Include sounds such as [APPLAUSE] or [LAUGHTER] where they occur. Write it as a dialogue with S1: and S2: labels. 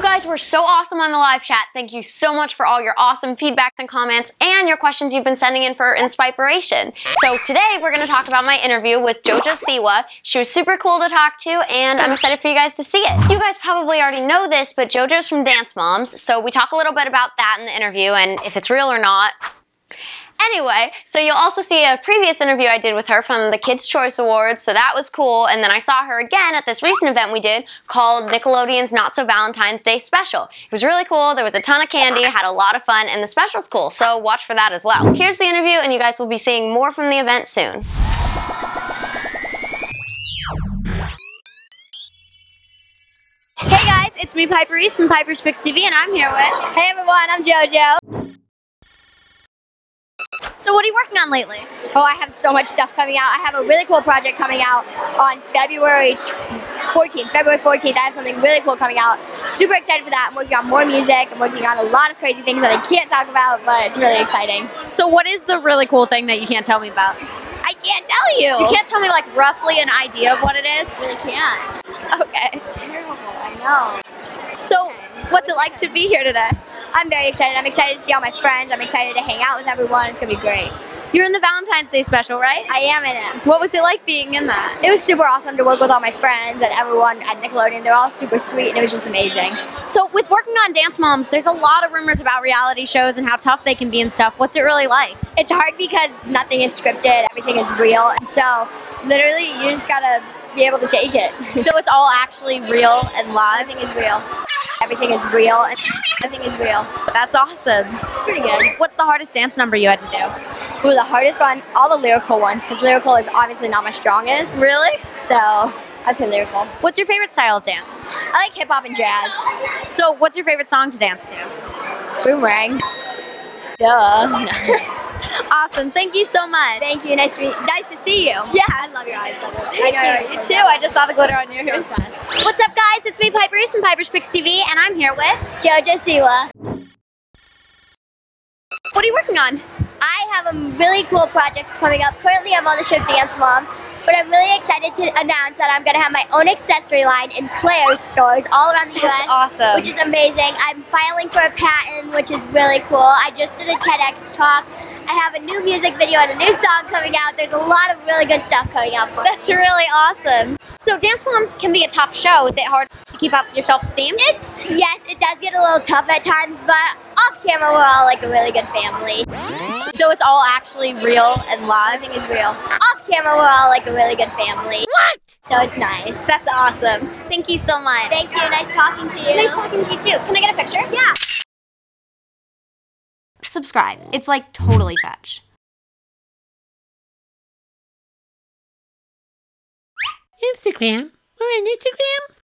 S1: guys were so awesome on the live chat. Thank you so much for all your awesome feedback and comments and your questions you've been sending in for inspiration. So today we're going to talk about my interview with Jojo Siwa. She was super cool to talk to and I'm excited for you guys to see it. You guys probably already know this, but Jojo's from Dance Moms, so we talk a little bit about that in the interview and if it's real or not. Anyway, so you'll also see a previous interview I did with her from the Kids' Choice Awards, so that was cool. And then I saw her again at this recent event we did called Nickelodeon's Not So Valentine's Day Special. It was really cool, there was a ton of candy, had a lot of fun, and the special's cool, so watch for that as well. Here's the interview, and you guys will be seeing more from the event soon.
S2: Hey guys, it's me, Piper East from Piper's Picks TV, and I'm here with. Hey everyone, I'm JoJo. So, what are you working on lately? Oh, I have so much stuff coming out. I have a really cool project coming out on February tw- 14th. February 14th, I have something really cool coming out. Super excited for that. I'm working on more music. I'm working on a lot of crazy things that I can't talk about, but it's really exciting.
S3: So, what is the really cool thing that you can't tell me about?
S2: I can't tell you.
S3: You can't tell me like roughly an idea of what it is.
S2: really can't.
S3: Okay.
S2: It's terrible. I know.
S3: So, what's it like to be here today?
S2: I'm very excited. I'm excited to see all my friends. I'm excited to hang out with everyone. It's gonna be great.
S3: You're in the Valentine's Day special, right?
S2: I am in it.
S3: What was it like being in that?
S2: It was super awesome to work with all my friends and everyone at Nickelodeon. They're all super sweet, and it was just amazing.
S3: So, with working on Dance Moms, there's a lot of rumors about reality shows and how tough they can be and stuff. What's it really like?
S2: It's hard because nothing is scripted, everything is real. So, literally, you just gotta be able to take it. [LAUGHS]
S3: so, it's all actually real and live.
S2: Everything is real. Everything is real. and Everything is real.
S3: That's awesome.
S2: It's pretty good.
S3: What's the hardest dance number you had to do?
S2: Ooh, the hardest one, all the lyrical ones, because lyrical is obviously not my strongest.
S3: Really?
S2: So, I say lyrical.
S3: What's your favorite style of dance?
S2: I like hip hop and jazz.
S3: So, what's your favorite song to dance to?
S2: Boomerang. Duh. [LAUGHS]
S3: Awesome. Thank you so much.
S2: Thank you. Nice to meet. Nice to see you. Yeah, I love your eyes, by the way.
S3: Thank
S2: I know
S3: you. You too. I just saw the glitter on
S2: I'm so
S3: yours.
S2: obsessed.
S3: What's up, guys? It's me, Piper East from Piper's Picks TV, and I'm here with.
S2: Jojo Siwa.
S3: What are you working on?
S2: I have a really cool projects coming up. Currently, I'm on the show Dance Moms, but I'm really excited to announce that I'm going to have my own accessory line in Claire's stores all around the U.S.
S3: awesome.
S2: Which is amazing. I'm filing for a patent, which is really cool. I just did a TEDx talk. I have a new music video and a new song coming out. There's a lot of really good stuff coming out. For me.
S3: That's really awesome. So, Dance Moms can be a tough show. Is it hard to keep up your self esteem?
S2: It's yes, it does get a little tough at times, but off camera we're all like a really good family.
S3: So, it's all actually real and live.
S2: Everything is real. Off camera we're all like a really good family. What? So it's nice.
S3: That's awesome. Thank you so much.
S2: Thank you. Nice talking to you.
S3: Nice talking to you too. Can I get a picture? Yeah.
S1: Subscribe, it's like totally fetch.
S4: Instagram. We're on Instagram.